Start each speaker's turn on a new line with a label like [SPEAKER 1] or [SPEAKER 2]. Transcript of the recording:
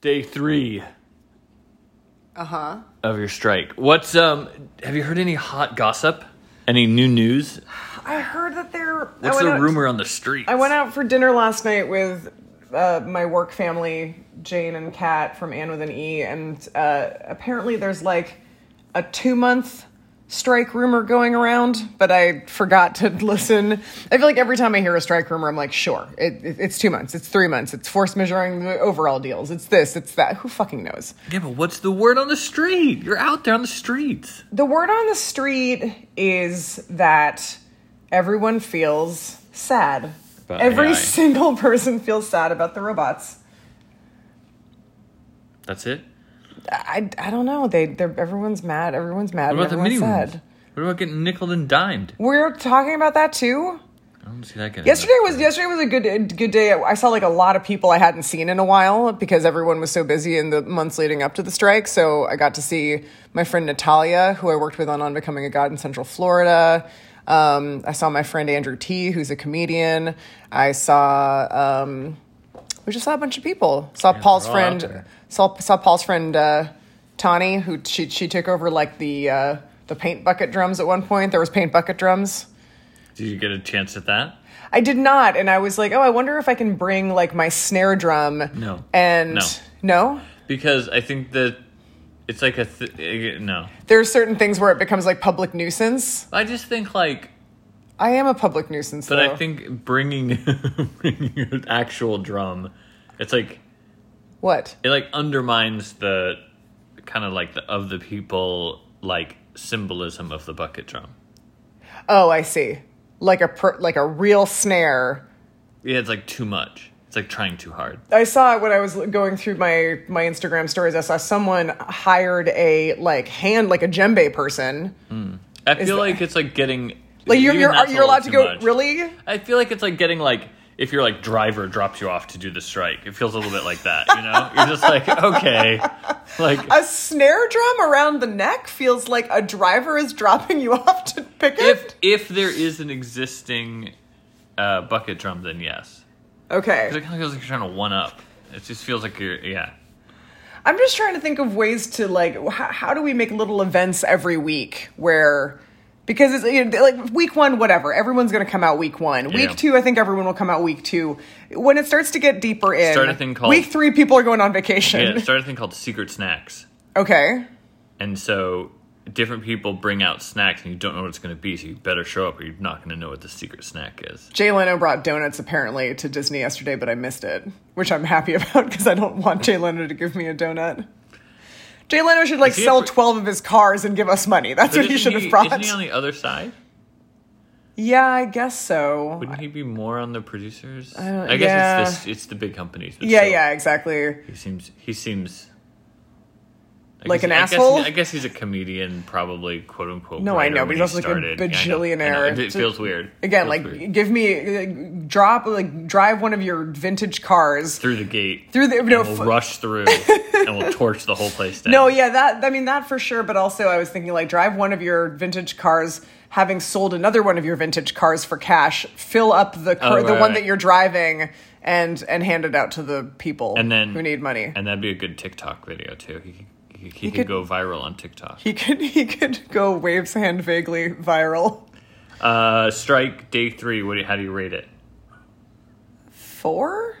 [SPEAKER 1] Day three. Uh huh.
[SPEAKER 2] Uh-huh.
[SPEAKER 1] Of your strike. What's um? Have you heard any hot gossip? Any new news?
[SPEAKER 2] I heard that they're.
[SPEAKER 1] What's
[SPEAKER 2] I
[SPEAKER 1] the
[SPEAKER 2] went out-
[SPEAKER 1] rumor on the street?
[SPEAKER 2] I went out for dinner last night with uh, my work family, Jane and Kat from Anne with an E, and uh, apparently there's like a two month strike rumor going around, but I forgot to listen. I feel like every time I hear a strike rumor, I'm like, sure, it, it, it's two months, it's three months, it's force measuring the overall deals, it's this, it's that. Who fucking knows?
[SPEAKER 1] Yeah, but what's the word on the street? You're out there on the streets.
[SPEAKER 2] The word on the street is that everyone feels sad.
[SPEAKER 1] About
[SPEAKER 2] Every
[SPEAKER 1] AI.
[SPEAKER 2] single person feels sad about the robots.
[SPEAKER 1] That's it.
[SPEAKER 2] I, I don't know. They they're everyone's mad. Everyone's mad.
[SPEAKER 1] What about
[SPEAKER 2] and
[SPEAKER 1] the
[SPEAKER 2] everyone's
[SPEAKER 1] mini
[SPEAKER 2] sad.
[SPEAKER 1] rooms? What about getting nickled and dimed?
[SPEAKER 2] We're talking about that too.
[SPEAKER 1] I don't see that getting.
[SPEAKER 2] Yesterday was yesterday was a good a good day. I saw like a lot of people I hadn't seen in a while because everyone was so busy in the months leading up to the strike. So I got to see my friend Natalia, who I worked with on On Becoming a God in Central Florida. Um, I saw my friend Andrew T, who's a comedian. I saw um, we just saw a bunch of people. Saw Paul's
[SPEAKER 1] we're all out
[SPEAKER 2] friend
[SPEAKER 1] there.
[SPEAKER 2] saw saw Paul's friend uh, Tani, who she she took over like the uh, the paint bucket drums at one point. There was paint bucket drums.
[SPEAKER 1] Did you get a chance at that?
[SPEAKER 2] I did not, and I was like, oh, I wonder if I can bring like my snare drum.
[SPEAKER 1] No.
[SPEAKER 2] And
[SPEAKER 1] No.
[SPEAKER 2] no?
[SPEAKER 1] Because I think that it's like a th- no.
[SPEAKER 2] there are certain things where it becomes like public nuisance.
[SPEAKER 1] I just think like,
[SPEAKER 2] I am a public nuisance,
[SPEAKER 1] but
[SPEAKER 2] though.
[SPEAKER 1] I think bringing bringing an actual drum, it's like
[SPEAKER 2] what?
[SPEAKER 1] it like undermines the kind of like the of the people like symbolism of the bucket drum.
[SPEAKER 2] Oh, I see. Like a per- like a real snare.
[SPEAKER 1] Yeah, it's like too much. It's like trying too hard.
[SPEAKER 2] I saw it when I was going through my my Instagram stories. I saw someone hired a like hand like a djembe person.
[SPEAKER 1] I feel
[SPEAKER 2] that-
[SPEAKER 1] like it's like getting
[SPEAKER 2] Like you're
[SPEAKER 1] even
[SPEAKER 2] you're,
[SPEAKER 1] that's a
[SPEAKER 2] you're allowed to
[SPEAKER 1] little
[SPEAKER 2] go
[SPEAKER 1] too much.
[SPEAKER 2] really.
[SPEAKER 1] I feel like it's like getting like if your like driver drops you off to do the strike. It feels a little bit like that, you know? You're just like, okay. Like
[SPEAKER 2] A snare drum around the neck feels like a driver is dropping you off to pick it.
[SPEAKER 1] if if there is an existing uh, bucket drum, then yes.
[SPEAKER 2] okay.
[SPEAKER 1] 'Cause It kind of feels like you're trying to one up. It just feels like you're yeah.
[SPEAKER 2] I'm just trying to think of ways to like wh- how, how do we make little events every week where because it's you know, like week one whatever everyone's going to come out week one
[SPEAKER 1] Yeah.
[SPEAKER 2] week two I think everyone will come out week two when it starts to get deeper in
[SPEAKER 1] Start a thing called-
[SPEAKER 2] week three people are going on vacation
[SPEAKER 1] Yeah, started a thing called secret snacks,
[SPEAKER 2] okay
[SPEAKER 1] and so different people bring out snacks, and you don't know what it's going to be, so you better show up, or you're not going to know what the secret snack is.
[SPEAKER 2] Jay Leno brought donuts apparently to Disney yesterday but I missed it which I'm happy about because I don't want Jay Leno to give me a donut. Jay Leno should like
[SPEAKER 1] he a
[SPEAKER 2] sell
[SPEAKER 1] fr-
[SPEAKER 2] twelve of his cars and give us money. That's
[SPEAKER 1] But
[SPEAKER 2] what he
[SPEAKER 1] isn't
[SPEAKER 2] should have brought.
[SPEAKER 1] Isn't he on the other side?
[SPEAKER 2] yeah, I guess so.
[SPEAKER 1] Wouldn't he be more on the producers? I,
[SPEAKER 2] don't-
[SPEAKER 1] guess
[SPEAKER 2] yeah.
[SPEAKER 1] it's the it's the big companies. but
[SPEAKER 2] yeah,
[SPEAKER 1] still.
[SPEAKER 2] yeah, exactly.
[SPEAKER 1] He seems he seems I
[SPEAKER 2] Like
[SPEAKER 1] guess-
[SPEAKER 2] an
[SPEAKER 1] I guess-
[SPEAKER 2] asshole?
[SPEAKER 1] I guess he's a comedian, probably quote unquote.
[SPEAKER 2] No, I
[SPEAKER 1] writer
[SPEAKER 2] know, but
[SPEAKER 1] when
[SPEAKER 2] he's also
[SPEAKER 1] he
[SPEAKER 2] like a
[SPEAKER 1] started. Yeah, I know, I know.
[SPEAKER 2] bajillionaire.
[SPEAKER 1] It, it feels weird
[SPEAKER 2] Again,
[SPEAKER 1] Feels
[SPEAKER 2] like
[SPEAKER 1] weird.
[SPEAKER 2] give me like, drop like drive one of your vintage cars.
[SPEAKER 1] through the gate,
[SPEAKER 2] Through the-
[SPEAKER 1] and
[SPEAKER 2] no,
[SPEAKER 1] we'll
[SPEAKER 2] f-
[SPEAKER 1] rush through and we'll torch the whole place down.
[SPEAKER 2] No, yeah, that I mean that for sure, but also I was thinking like drive one of your vintage cars having sold another one of your vintage cars for cash, fill up the car,
[SPEAKER 1] Oh,
[SPEAKER 2] the
[SPEAKER 1] right,
[SPEAKER 2] one
[SPEAKER 1] right.
[SPEAKER 2] that you're driving and and hand it out to the people
[SPEAKER 1] and then
[SPEAKER 2] who need money.
[SPEAKER 1] and that'd be a good TikTok video too. He he, he, could,
[SPEAKER 2] could-
[SPEAKER 1] go viral on TikTok.
[SPEAKER 2] he could he could go waves hand vaguely viral.
[SPEAKER 1] Uh, strike day three. What? do you- How do you rate it?
[SPEAKER 2] Four?